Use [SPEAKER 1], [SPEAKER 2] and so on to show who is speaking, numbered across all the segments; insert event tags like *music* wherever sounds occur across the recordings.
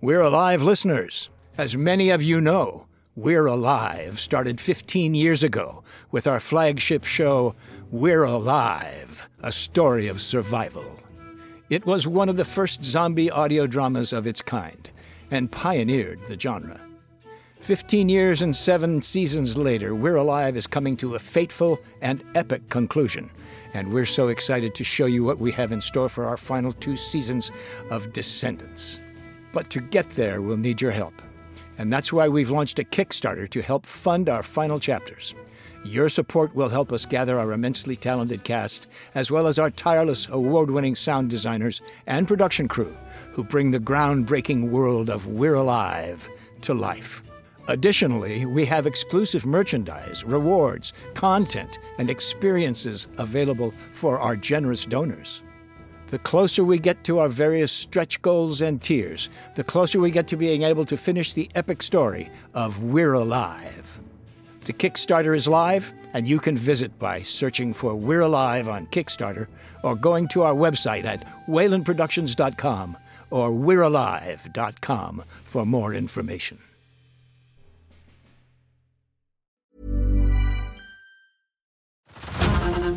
[SPEAKER 1] We're Alive listeners. As many of you know, We're Alive started 15 years ago with our flagship show, We're Alive A Story of Survival. It was one of the first zombie audio dramas of its kind and pioneered the genre. 15 years and seven seasons later, We're Alive is coming to a fateful and epic conclusion. And we're so excited to show you what we have in store for our final two seasons of Descendants. But to get there, we'll need your help. And that's why we've launched a Kickstarter to help fund our final chapters. Your support will help us gather our immensely talented cast, as well as our tireless award winning sound designers and production crew who bring the groundbreaking world of We're Alive to life. Additionally, we have exclusive merchandise, rewards, content, and experiences available for our generous donors. The closer we get to our various stretch goals and tiers, the closer we get to being able to finish the epic story of We're Alive. The Kickstarter is live, and you can visit by searching for We're Alive on Kickstarter or going to our website at waylandproductions.com or we'realive.com for more information.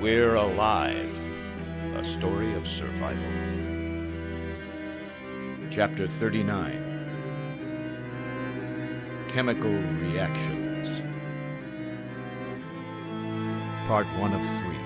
[SPEAKER 2] We're Alive A Story of Survival. Chapter 39 Chemical Reactions. Part 1 of 3.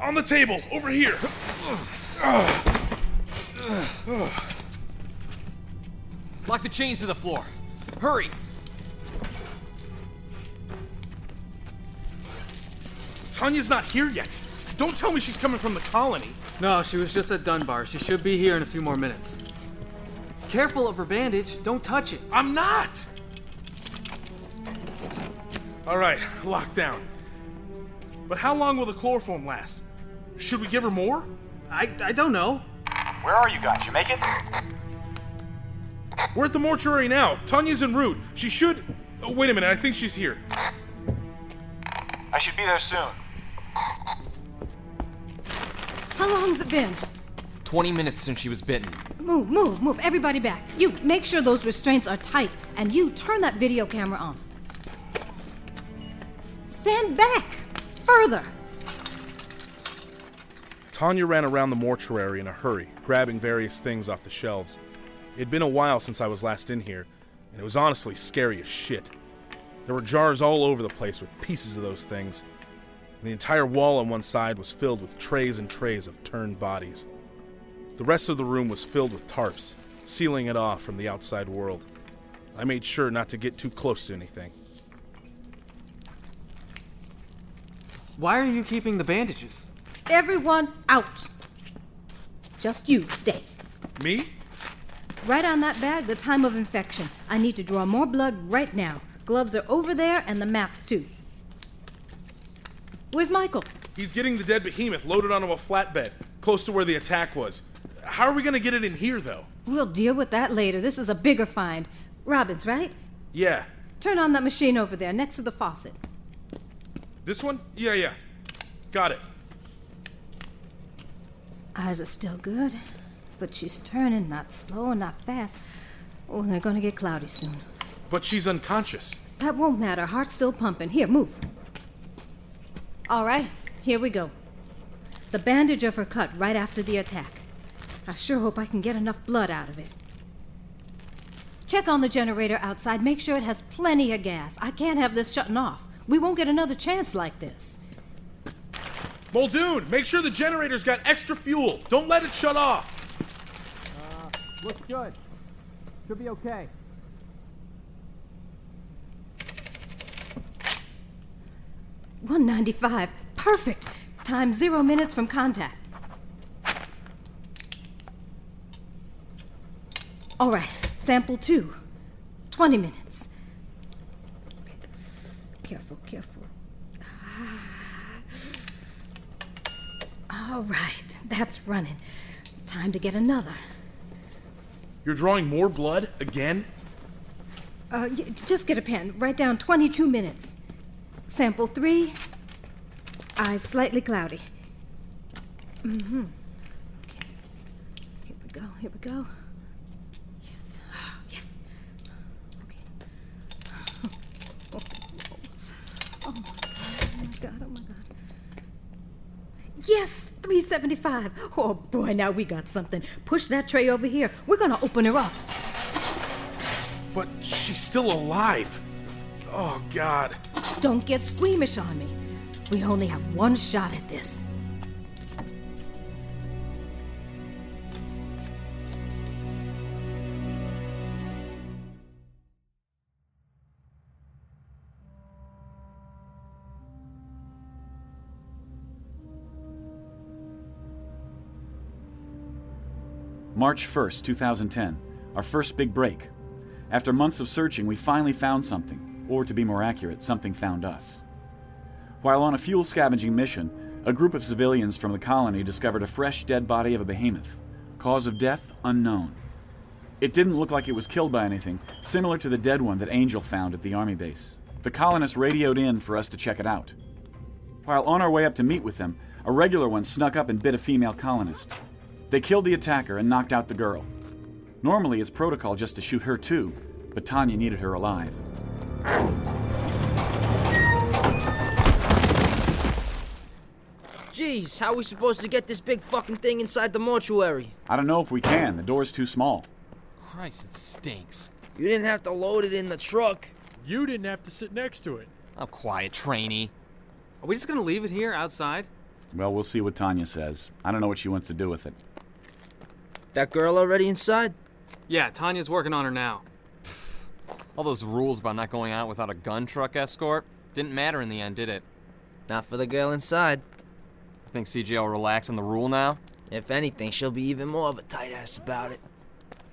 [SPEAKER 3] On the table, over here.
[SPEAKER 4] Lock the chains to the floor. Hurry!
[SPEAKER 3] Tanya's not here yet. Don't tell me she's coming from the colony.
[SPEAKER 4] No, she was just at Dunbar. She should be here in a few more minutes. Careful of her bandage. Don't touch it.
[SPEAKER 3] I'm not! Alright, lockdown. But how long will the chloroform last? Should we give her more?
[SPEAKER 4] I, I don't know.
[SPEAKER 5] Where are you guys? You make it?
[SPEAKER 3] We're at the mortuary now. Tanya's en route. She should. Oh, wait a minute, I think she's here.
[SPEAKER 5] I should be there soon.
[SPEAKER 6] How long's it been?
[SPEAKER 7] 20 minutes since she was bitten.
[SPEAKER 6] Move, move, move. Everybody back. You make sure those restraints are tight, and you turn that video camera on. Stand back! Further!
[SPEAKER 3] Tanya ran around the mortuary in a hurry, grabbing various things off the shelves. It had been a while since I was last in here, and it was honestly scary as shit. There were jars all over the place with pieces of those things. The entire wall on one side was filled with trays and trays of turned bodies. The rest of the room was filled with tarps, sealing it off from the outside world. I made sure not to get too close to anything.
[SPEAKER 4] Why are you keeping the bandages?
[SPEAKER 6] Everyone out. Just you stay.
[SPEAKER 3] Me?
[SPEAKER 6] Right on that bag, the time of infection. I need to draw more blood right now. Gloves are over there and the mask too. Where's Michael?
[SPEAKER 3] He's getting the dead behemoth loaded onto a flatbed, close to where the attack was. How are we gonna get it in here, though?
[SPEAKER 6] We'll deal with that later. This is a bigger find. Robbins, right?
[SPEAKER 3] Yeah.
[SPEAKER 6] Turn on that machine over there next to the faucet.
[SPEAKER 3] This one? Yeah, yeah. Got it.
[SPEAKER 6] Eyes are still good, but she's turning, not slow and not fast. Oh, they're gonna get cloudy soon.
[SPEAKER 3] But she's unconscious.
[SPEAKER 6] That won't matter. Heart's still pumping. Here, move. All right, here we go. The bandage of her cut right after the attack. I sure hope I can get enough blood out of it. Check on the generator outside. Make sure it has plenty of gas. I can't have this shutting off. We won't get another chance like this.
[SPEAKER 3] Muldoon, make sure the generator's got extra fuel. Don't let it shut off.
[SPEAKER 8] Uh, Looks good. Should be okay.
[SPEAKER 6] One ninety-five. Perfect. Time zero minutes from contact. All right, sample two. Twenty minutes. Careful, careful. All right, that's running. Time to get another.
[SPEAKER 3] You're drawing more blood again?
[SPEAKER 6] Uh, y- just get a pen. Write down 22 minutes. Sample three. Eyes slightly cloudy. Mm-hmm. Okay. Here we go. Here we go. Yes. *gasps* Yes. Okay. Oh, my God. Oh, my God. Oh, my God. Yes, 375. Oh boy, now we got something. Push that tray over here. We're gonna open her up.
[SPEAKER 3] But she's still alive. Oh, God.
[SPEAKER 6] Don't get squeamish on me. We only have one shot at this.
[SPEAKER 9] March 1st, 2010, our first big break. After months of searching, we finally found something, or to be more accurate, something found us. While on a fuel scavenging mission, a group of civilians from the colony discovered a fresh dead body of a behemoth. Cause of death unknown. It didn't look like it was killed by anything, similar to the dead one that Angel found at the army base. The colonists radioed in for us to check it out. While on our way up to meet with them, a regular one snuck up and bit a female colonist. They killed the attacker and knocked out the girl. Normally, it's protocol just to shoot her too, but Tanya needed her alive.
[SPEAKER 10] Jeez, how are we supposed to get this big fucking thing inside the mortuary?
[SPEAKER 9] I don't know if we can, the door's too small.
[SPEAKER 10] Christ, it stinks. You didn't have to load it in the truck. You didn't have to sit next to it.
[SPEAKER 9] I'm quiet, trainee.
[SPEAKER 4] Are we just gonna leave it here outside?
[SPEAKER 9] Well, we'll see what Tanya says. I don't know what she wants to do with it.
[SPEAKER 10] That girl already inside?
[SPEAKER 4] Yeah, Tanya's working on her now.
[SPEAKER 11] All those rules about not going out without a gun truck escort didn't matter in the end, did it?
[SPEAKER 10] Not for the girl inside.
[SPEAKER 11] Think CJ will relax on the rule now?
[SPEAKER 10] If anything, she'll be even more of a tight ass about it.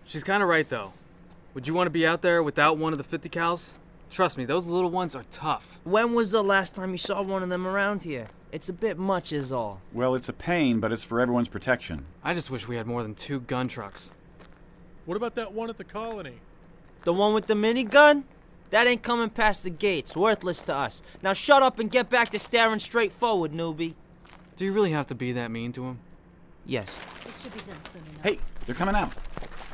[SPEAKER 4] She's kinda right though. Would you wanna be out there without one of the 50 cals? Trust me, those little ones are tough.
[SPEAKER 10] When was the last time you saw one of them around here? It's a bit much, is all.
[SPEAKER 9] Well, it's a pain, but it's for everyone's protection.
[SPEAKER 4] I just wish we had more than two gun trucks.
[SPEAKER 8] What about that one at the colony?
[SPEAKER 10] The one with the minigun? That ain't coming past the gates. Worthless to us. Now shut up and get back to staring straight forward, newbie.
[SPEAKER 4] Do you really have to be that mean to him?
[SPEAKER 10] Yes.
[SPEAKER 6] It should be done soon enough.
[SPEAKER 9] Hey, they're coming out.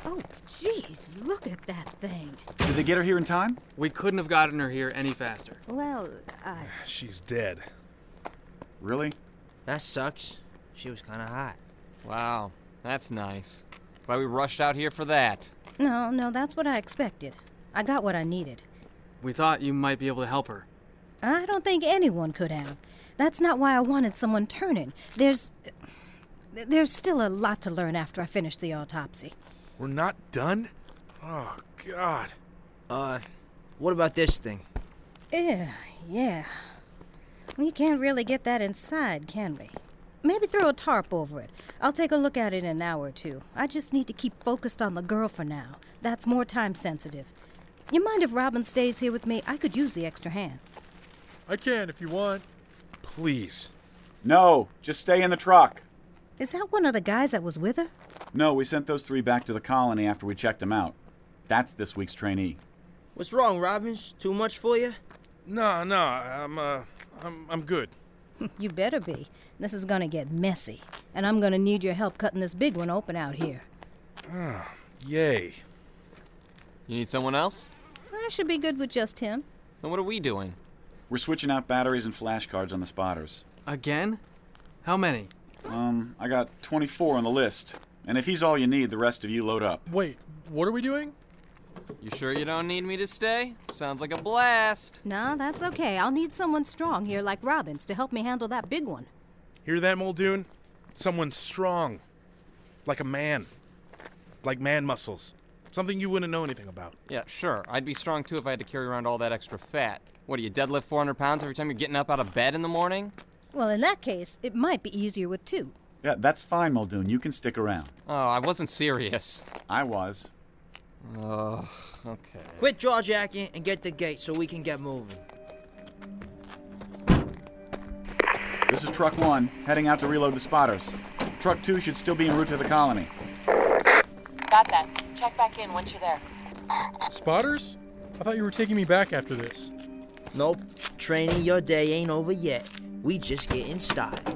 [SPEAKER 6] Oh, jeez, look at that thing.
[SPEAKER 9] Did they get her here in time?
[SPEAKER 4] We couldn't have gotten her here any faster.
[SPEAKER 6] Well, I.
[SPEAKER 3] She's dead.
[SPEAKER 9] Really?
[SPEAKER 10] That sucks. She was kinda hot.
[SPEAKER 11] Wow, Oh, that's nice. Glad we rushed out here for that.
[SPEAKER 6] No, no, that's what I expected. I got what I needed.
[SPEAKER 4] We thought you might be able to help her.
[SPEAKER 6] I don't think anyone could have. That's not why I wanted someone turning. There's. Th- There's still a lot to learn after I finish the autopsy.
[SPEAKER 3] We're not done? Oh, God.
[SPEAKER 10] Uh, what about this thing?
[SPEAKER 6] Ew, yeah. We can't really get that inside, can we? Maybe throw a tarp over it. I'll take a look at it in an hour or two. I just need to keep focused on the girl for now. That's more time sensitive. You mind if Robin stays here with me? I could use the extra hand.
[SPEAKER 8] I can if you want.
[SPEAKER 3] Please.
[SPEAKER 9] No, just stay in the truck.
[SPEAKER 6] Is that one of the guys that was with her?
[SPEAKER 9] No, we sent those three back to the colony after we checked them out. That's this week's trainee.
[SPEAKER 10] What's wrong, Robbins? Too much for you?
[SPEAKER 3] No, no, I'm, uh, I'm, I'm good.
[SPEAKER 6] you better be. This is gonna get messy, and I'm gonna need your help cutting this big one open out here.
[SPEAKER 3] Ah, yay.
[SPEAKER 11] You need someone else?
[SPEAKER 6] I should be good with just him.
[SPEAKER 11] Then what are we doing?
[SPEAKER 9] We're switching out batteries and flashcards on the spotters.
[SPEAKER 4] Again? How many?
[SPEAKER 9] Um, I got 24 on the list. And if he's all you need, the rest of you load up.
[SPEAKER 8] Wait, what are we doing?
[SPEAKER 11] You sure you don't need me to stay? Sounds like a blast.
[SPEAKER 6] No, that's okay. I'll need someone strong here like Robbins to help me handle that big one.
[SPEAKER 3] Hear that, Muldoon? Someone strong. Like a man. Like man muscles. Something you wouldn't know anything about.
[SPEAKER 11] Yeah, sure. I'd be strong too if I had to carry around all that extra fat. What, do you deadlift 400 pounds every time you're getting up out of bed in the morning?
[SPEAKER 6] Well, in that case, it might be easier with two.
[SPEAKER 9] Yeah, that's fine, Muldoon. You can stick around.
[SPEAKER 11] Oh, I wasn't serious.
[SPEAKER 9] I was.
[SPEAKER 11] Ugh, okay.
[SPEAKER 10] Quit jawjacking and get the gate so we can get moving.
[SPEAKER 9] This is truck one, heading out to reload the spotters. Truck two should still be en route to the colony.
[SPEAKER 12] Got that. Check back in once you're there.
[SPEAKER 8] Spotters? I thought you were taking me back after this.
[SPEAKER 10] Nope. Training your day ain't over yet. We just getting started.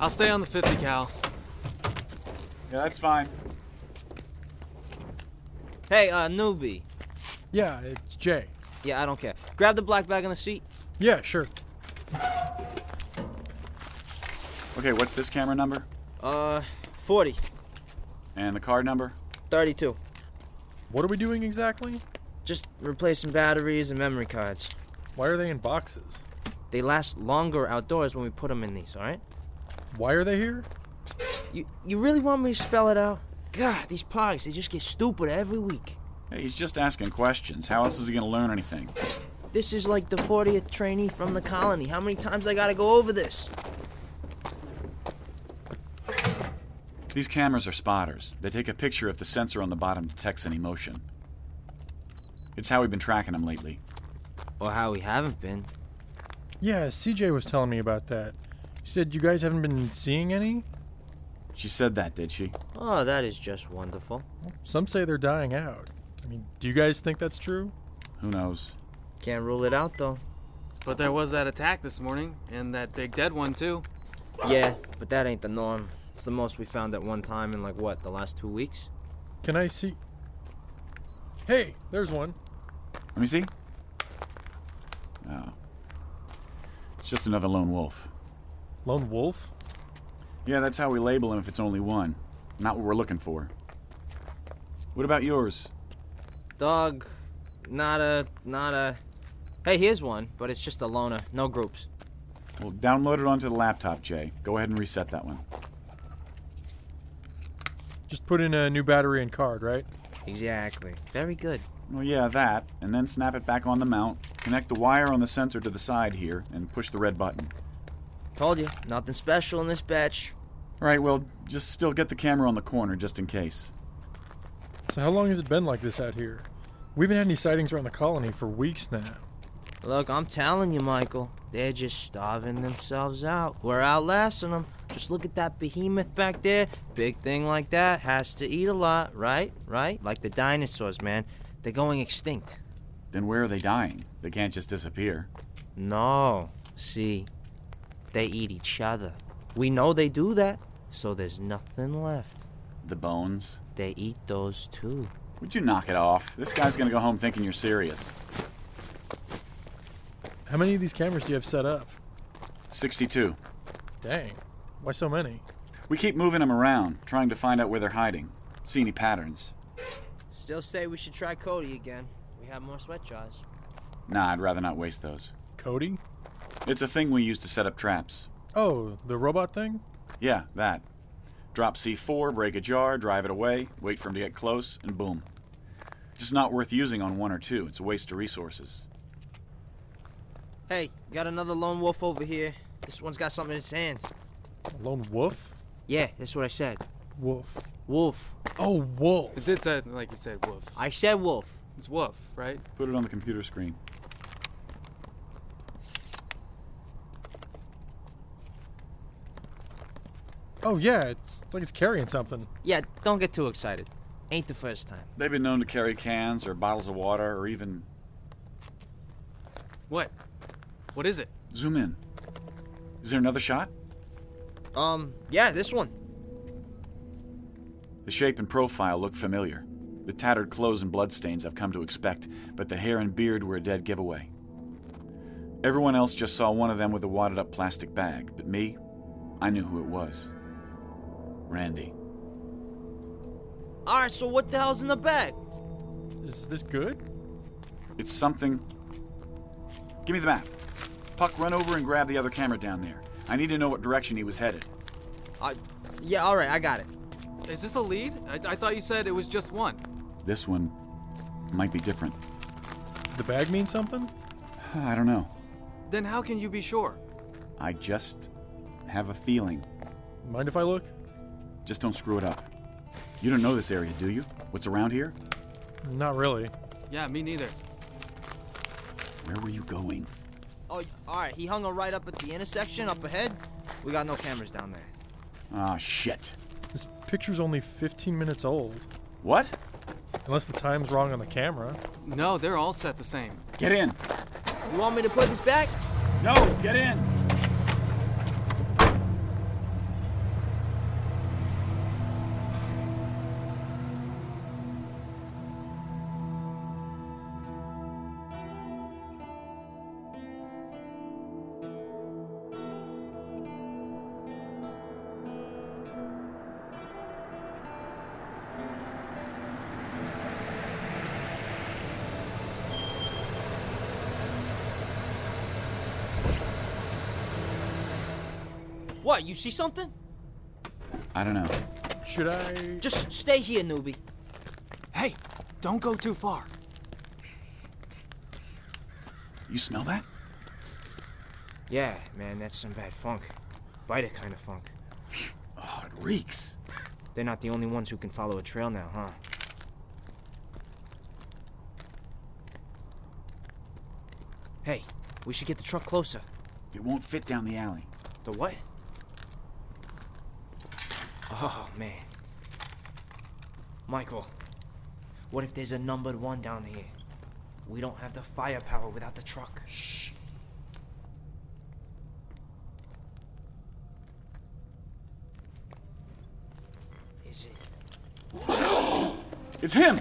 [SPEAKER 4] I'll stay on the 50 cal.
[SPEAKER 9] Yeah, that's fine.
[SPEAKER 10] Hey, uh, newbie.
[SPEAKER 8] Yeah, it's Jay.
[SPEAKER 10] Yeah, I don't care. Grab the black bag on the seat.
[SPEAKER 8] Yeah, sure.
[SPEAKER 9] Okay, what's this camera number?
[SPEAKER 10] Uh, 40.
[SPEAKER 9] And the card number?
[SPEAKER 10] 32.
[SPEAKER 8] What are we doing exactly?
[SPEAKER 10] Just replacing batteries and memory cards.
[SPEAKER 8] Why are they in boxes?
[SPEAKER 10] They last longer outdoors when we put them in these, alright?
[SPEAKER 8] Why are they here?
[SPEAKER 10] You you really want me to spell it out? God, these pogs, they just get stupider every week.
[SPEAKER 9] Hey, he's just asking questions. How else is he going to learn anything?
[SPEAKER 10] This is like the 40th trainee from the colony. How many times I gotta go over this?
[SPEAKER 9] These cameras are spotters. They take a picture if the sensor on the bottom detects any motion. It's how we've been tracking him lately.
[SPEAKER 10] Or how we haven't been.
[SPEAKER 8] Yeah, CJ was telling me about that. She said you guys haven't been seeing any?
[SPEAKER 9] She said that, did she?
[SPEAKER 10] Oh, that is just wonderful.
[SPEAKER 8] Some say they're dying out. I mean, do you guys think that's true?
[SPEAKER 9] Who knows?
[SPEAKER 10] Can't rule it out, though.
[SPEAKER 4] But there was that attack this morning, and that big dead one, too.
[SPEAKER 10] Yeah, but that ain't the norm. It's the most we found at one time in, like, what, the last two weeks?
[SPEAKER 8] Can I see? Hey, there's one.
[SPEAKER 9] Let me see. Oh. It's just another lone wolf.
[SPEAKER 8] Lone wolf?
[SPEAKER 9] Yeah, that's how we label them if it's only one. Not what we're looking for. What about yours?
[SPEAKER 10] Dog, not a, not a. Hey, here's one, but it's just a loner, no groups.
[SPEAKER 9] Well, download it onto the laptop, Jay. Go ahead and reset that one.
[SPEAKER 8] Just put in a new battery and card, right?
[SPEAKER 10] Exactly. Very good.
[SPEAKER 9] Well, yeah, that, and then snap it back on the mount, connect the wire on the sensor to the side here, and push the red button.
[SPEAKER 10] Told you, nothing special in this batch.
[SPEAKER 9] Right, well, just still get the camera on the corner just in case.
[SPEAKER 8] So, how long has it been like this out here? We haven't had any sightings around the colony for weeks now.
[SPEAKER 10] Look, I'm telling you, Michael, they're just starving themselves out. We're outlasting them. Just look at that behemoth back there. Big thing like that has to eat a lot, right? Right? Like the dinosaurs, man. They're going extinct.
[SPEAKER 9] Then where are they dying? They can't just disappear.
[SPEAKER 10] No. See, they eat each other. We know they do that, so there's nothing left.
[SPEAKER 9] The bones?
[SPEAKER 10] They eat those too.
[SPEAKER 9] Would you knock it off? This guy's gonna go home thinking you're serious.
[SPEAKER 8] How many of these cameras do you have set up?
[SPEAKER 9] 62.
[SPEAKER 8] Dang. Why so many?
[SPEAKER 9] We keep moving them around, trying to find out where they're hiding. See any patterns?
[SPEAKER 10] Still say we should try Cody again. We have more sweat jars.
[SPEAKER 9] Nah, I'd rather not waste those.
[SPEAKER 8] Cody?
[SPEAKER 9] It's a thing we use to set up traps.
[SPEAKER 8] Oh, the robot thing?
[SPEAKER 9] Yeah, that. Drop C4, break a jar, drive it away, wait for him to get close, and boom. Just not worth using on one or two. It's a waste of resources.
[SPEAKER 10] Hey, got another lone wolf over here. This one's got something in its hand.
[SPEAKER 8] Lone wolf?
[SPEAKER 10] Yeah, that's what I said.
[SPEAKER 8] Wolf.
[SPEAKER 10] Wolf.
[SPEAKER 8] Oh, wolf.
[SPEAKER 4] It did say, like you said, wolf.
[SPEAKER 10] I said wolf.
[SPEAKER 4] It's wolf, right?
[SPEAKER 9] Put it on the computer screen.
[SPEAKER 8] Oh, yeah, it's like it's carrying something.
[SPEAKER 10] Yeah, don't get too excited. Ain't the first time.
[SPEAKER 9] They've been known to carry cans or bottles of water or even.
[SPEAKER 4] What? What is it?
[SPEAKER 9] Zoom in. Is there another shot?
[SPEAKER 10] Um, yeah, this one.
[SPEAKER 9] The shape and profile look familiar. The tattered clothes and bloodstains I've come to expect, but the hair and beard were a dead giveaway. Everyone else just saw one of them with a wadded up plastic bag, but me, I knew who it was Randy.
[SPEAKER 10] Alright, so what the hell's in the bag?
[SPEAKER 8] Is this good?
[SPEAKER 9] It's something. Give me the map. Puck, run over and grab the other camera down there. I need to know what direction he was headed.
[SPEAKER 10] Uh, yeah, alright, I got it.
[SPEAKER 4] Is this a lead? I, I thought you said it was just one.
[SPEAKER 9] This one might be different.
[SPEAKER 8] The bag means something?
[SPEAKER 9] I don't know.
[SPEAKER 4] Then how can you be sure?
[SPEAKER 9] I just have a feeling.
[SPEAKER 8] Mind if I look?
[SPEAKER 9] Just don't screw it up. You don't know this area, do you? What's around here?
[SPEAKER 8] Not really.
[SPEAKER 4] Yeah, me neither.
[SPEAKER 9] Where were you going?
[SPEAKER 10] Oh, all right. He hung her right up at the intersection up ahead. We got no cameras down there.
[SPEAKER 9] Ah, shit.
[SPEAKER 8] This picture's only 15 minutes old.
[SPEAKER 9] What?
[SPEAKER 8] Unless the time's wrong on the camera.
[SPEAKER 4] No, they're all set the same.
[SPEAKER 9] Get in.
[SPEAKER 10] You want me to put this back?
[SPEAKER 9] No, get in.
[SPEAKER 10] What, you see something?
[SPEAKER 9] I don't know.
[SPEAKER 8] Should I?
[SPEAKER 10] Just stay here, newbie.
[SPEAKER 4] Hey, don't go too far.
[SPEAKER 9] You smell that?
[SPEAKER 10] Yeah, man, that's some bad funk. Biter kind of funk.
[SPEAKER 9] Oh, it reeks.
[SPEAKER 10] They're not the only ones who can follow a trail now, huh? Hey, we should get the truck closer.
[SPEAKER 9] It won't fit down the alley.
[SPEAKER 10] The what? Oh, man. Michael, what if there's a numbered one down here? We don't have the firepower without the truck. Shh. Is it?
[SPEAKER 9] It's him!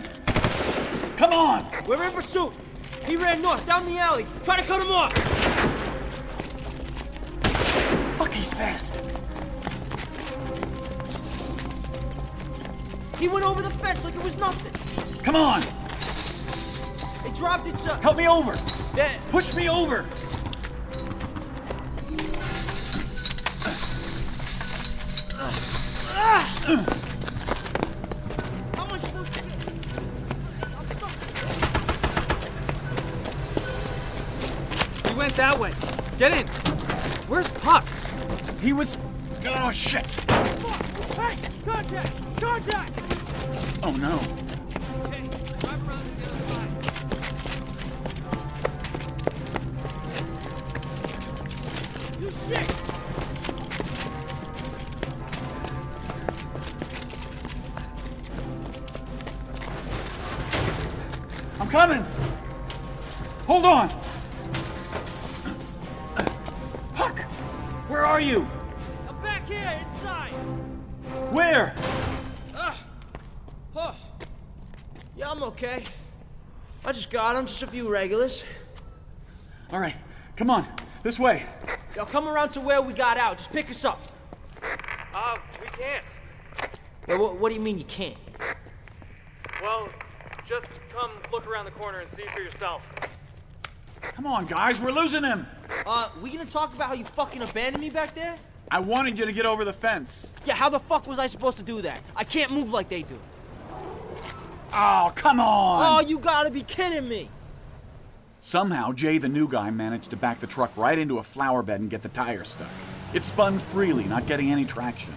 [SPEAKER 9] Come on!
[SPEAKER 10] We're in pursuit! He ran north, down the alley. Try to cut him off!
[SPEAKER 9] Fuck, he's fast!
[SPEAKER 10] He went over the fence like it was nothing.
[SPEAKER 9] Come on!
[SPEAKER 10] It dropped its. Uh...
[SPEAKER 9] Help me over!
[SPEAKER 10] That...
[SPEAKER 9] Push me over!
[SPEAKER 4] He went that way. Get in. Where's Puck?
[SPEAKER 9] He was. Oh shit!
[SPEAKER 4] Hey! Contact! Contact!
[SPEAKER 9] Oh no.
[SPEAKER 4] Okay, drive around to the other side. You shit!
[SPEAKER 9] I'm coming! Hold on! Puck! Where are you?
[SPEAKER 4] I'm back here, inside!
[SPEAKER 9] Where?
[SPEAKER 10] Ah. Oh. Yeah, I'm okay. I just got him, just a few regulars.
[SPEAKER 9] All right, come on, this way.
[SPEAKER 10] Y'all come around to where we got out. Just pick us up.
[SPEAKER 5] Um, we can't.
[SPEAKER 10] Wha- wha- what do you mean you can't?
[SPEAKER 5] Well, just come look around the corner and see for yourself.
[SPEAKER 9] Come on, guys, we're losing him!
[SPEAKER 10] Uh, we gonna talk about how you fucking abandoned me back there?
[SPEAKER 9] I wanted you to get over the fence.
[SPEAKER 10] Yeah, how the fuck was I supposed to do that? I can't move like they do.
[SPEAKER 9] Oh, come
[SPEAKER 10] Oh,
[SPEAKER 9] on!
[SPEAKER 10] you gotta be kidding me!
[SPEAKER 9] Somehow, Jay, the new guy, managed to back the truck right into a flower bed and get the tire stuck. It spun freely, not getting any traction.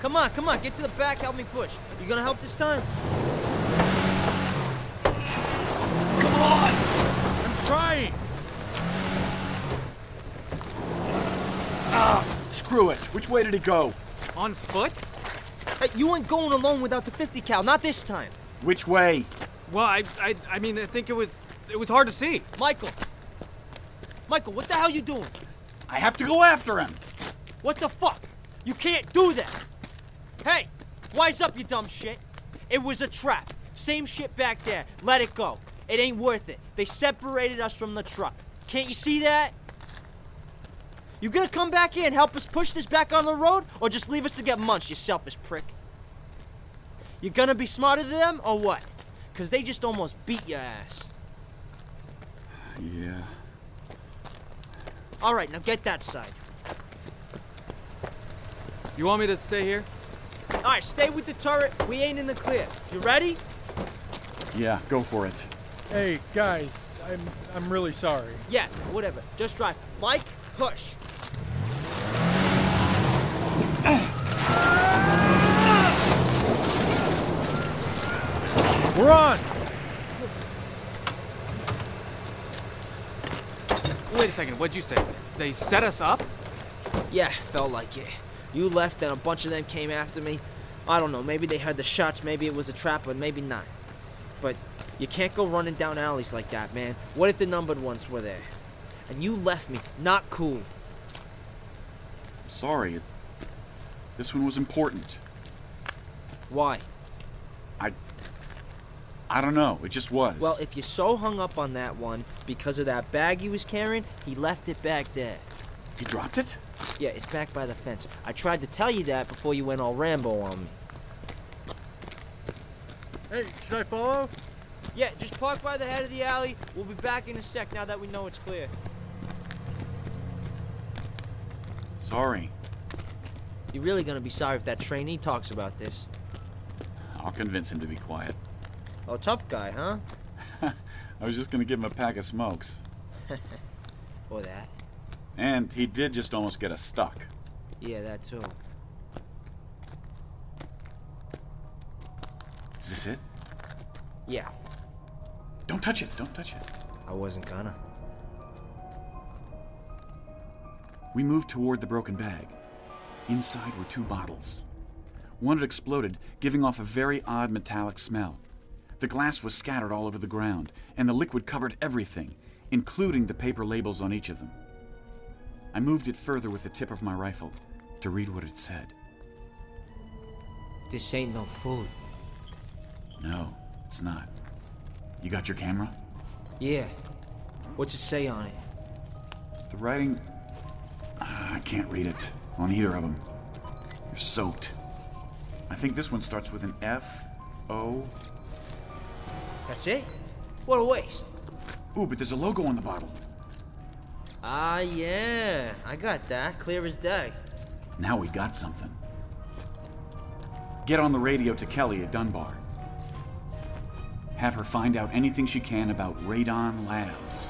[SPEAKER 10] Come on, come on, get to the back, help me push. You gonna help this time?
[SPEAKER 9] Come on!
[SPEAKER 3] I'm trying!
[SPEAKER 9] Ah, screw it. Which way did he go?
[SPEAKER 4] On foot?
[SPEAKER 10] Hey, you ain't going alone without the 50 cal, not this time.
[SPEAKER 9] Which way?
[SPEAKER 4] Well, I, I, I mean, I think it was, it was hard to see.
[SPEAKER 10] Michael! Michael, what the hell you doing?
[SPEAKER 9] I have to go after him.
[SPEAKER 10] What the fuck? You can't do that! Hey! Wise up, you dumb shit! It was a trap. Same shit back there. Let it go. It ain't worth it. They separated us from the truck. Can't you see that? You gonna come back here and help us push this back on the road, or just leave us to get munched, you selfish prick? You gonna be smarter than them, or what? Cause they just almost beat your ass.
[SPEAKER 9] Yeah.
[SPEAKER 10] Alright, now get that side.
[SPEAKER 4] You want me to stay here?
[SPEAKER 10] Alright, stay with the turret. We ain't in the clear. You ready?
[SPEAKER 9] Yeah, go for it.
[SPEAKER 8] Hey guys, I'm I'm really sorry.
[SPEAKER 10] Yeah, whatever. Just drive. Mike, push.
[SPEAKER 8] We're on.
[SPEAKER 4] Wait a second, what'd you say? They set us up?
[SPEAKER 10] Yeah, felt like it. You left, and a bunch of them came after me. I don't know, maybe they heard the shots, maybe it was a trap, but maybe not. But you can't go running down alleys like that, man. What if the numbered ones were there? And you left me. Not cool.
[SPEAKER 9] Sorry. It- This one was important.
[SPEAKER 10] Why?
[SPEAKER 9] I. I don't know. It just was.
[SPEAKER 10] Well, if you're so hung up on that one because of that bag he was carrying, he left it back there.
[SPEAKER 9] He dropped it?
[SPEAKER 10] Yeah, it's back by the fence. I tried to tell you that before you went all Rambo on me.
[SPEAKER 8] Hey, should I follow?
[SPEAKER 10] Yeah, just park by the head of the alley. We'll be back in a sec now that we know it's clear.
[SPEAKER 9] Sorry.
[SPEAKER 10] You're really gonna be sorry if that trainee talks about this.
[SPEAKER 9] I'll convince him to be quiet.
[SPEAKER 10] Oh, tough guy, huh?
[SPEAKER 9] *laughs* I was just gonna give him a pack of smokes.
[SPEAKER 10] *laughs* Or that.
[SPEAKER 9] And he did just almost get us stuck.
[SPEAKER 10] Yeah, that too.
[SPEAKER 9] Is this it?
[SPEAKER 10] Yeah.
[SPEAKER 9] Don't touch it. Don't touch it.
[SPEAKER 10] I wasn't gonna.
[SPEAKER 9] We moved toward the broken bag. Inside were two bottles. One had exploded, giving off a very odd metallic smell. The glass was scattered all over the ground, and the liquid covered everything, including the paper labels on each of them. I moved it further with the tip of my rifle to read what it said.
[SPEAKER 10] This ain't no food.
[SPEAKER 9] No, it's not. You got your camera?
[SPEAKER 10] Yeah. What's it say on it?
[SPEAKER 9] The writing. Ah, I can't read it on either of them. They're soaked. I think this one starts with an F O.
[SPEAKER 10] That's it? What a waste.
[SPEAKER 9] Ooh, but there's a logo on the bottle.
[SPEAKER 10] Ah, yeah. I got that. Clear as day.
[SPEAKER 9] Now we got something. Get on the radio to Kelly at Dunbar. Have her find out anything she can about Radon Labs.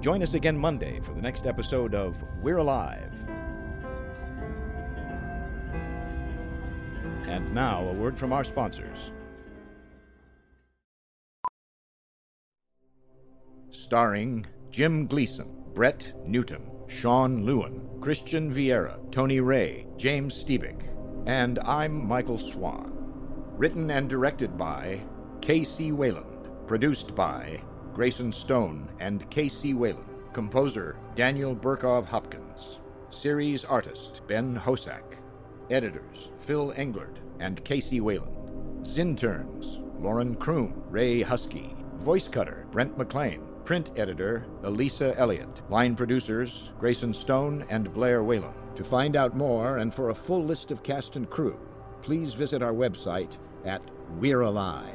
[SPEAKER 2] Join us again Monday for the next episode of We're Alive. And now, a word from our sponsors. Starring Jim Gleason, Brett Newton, Sean Lewin, Christian Vieira, Tony Ray, James Stebick, and I'm Michael Swan. Written and directed by K.C. Wayland. Produced by Grayson Stone and K.C. Whalen. Composer Daniel Burkov Hopkins. Series artist Ben Hosack. Editors Phil Englert and Casey Wayland. Zinterns Lauren Kroom, Ray Husky. Voice cutter Brent McLean. Print editor Elisa Elliott. Line producers Grayson Stone and Blair Whalen. To find out more and for a full list of cast and crew, please visit our website at we'realive.com.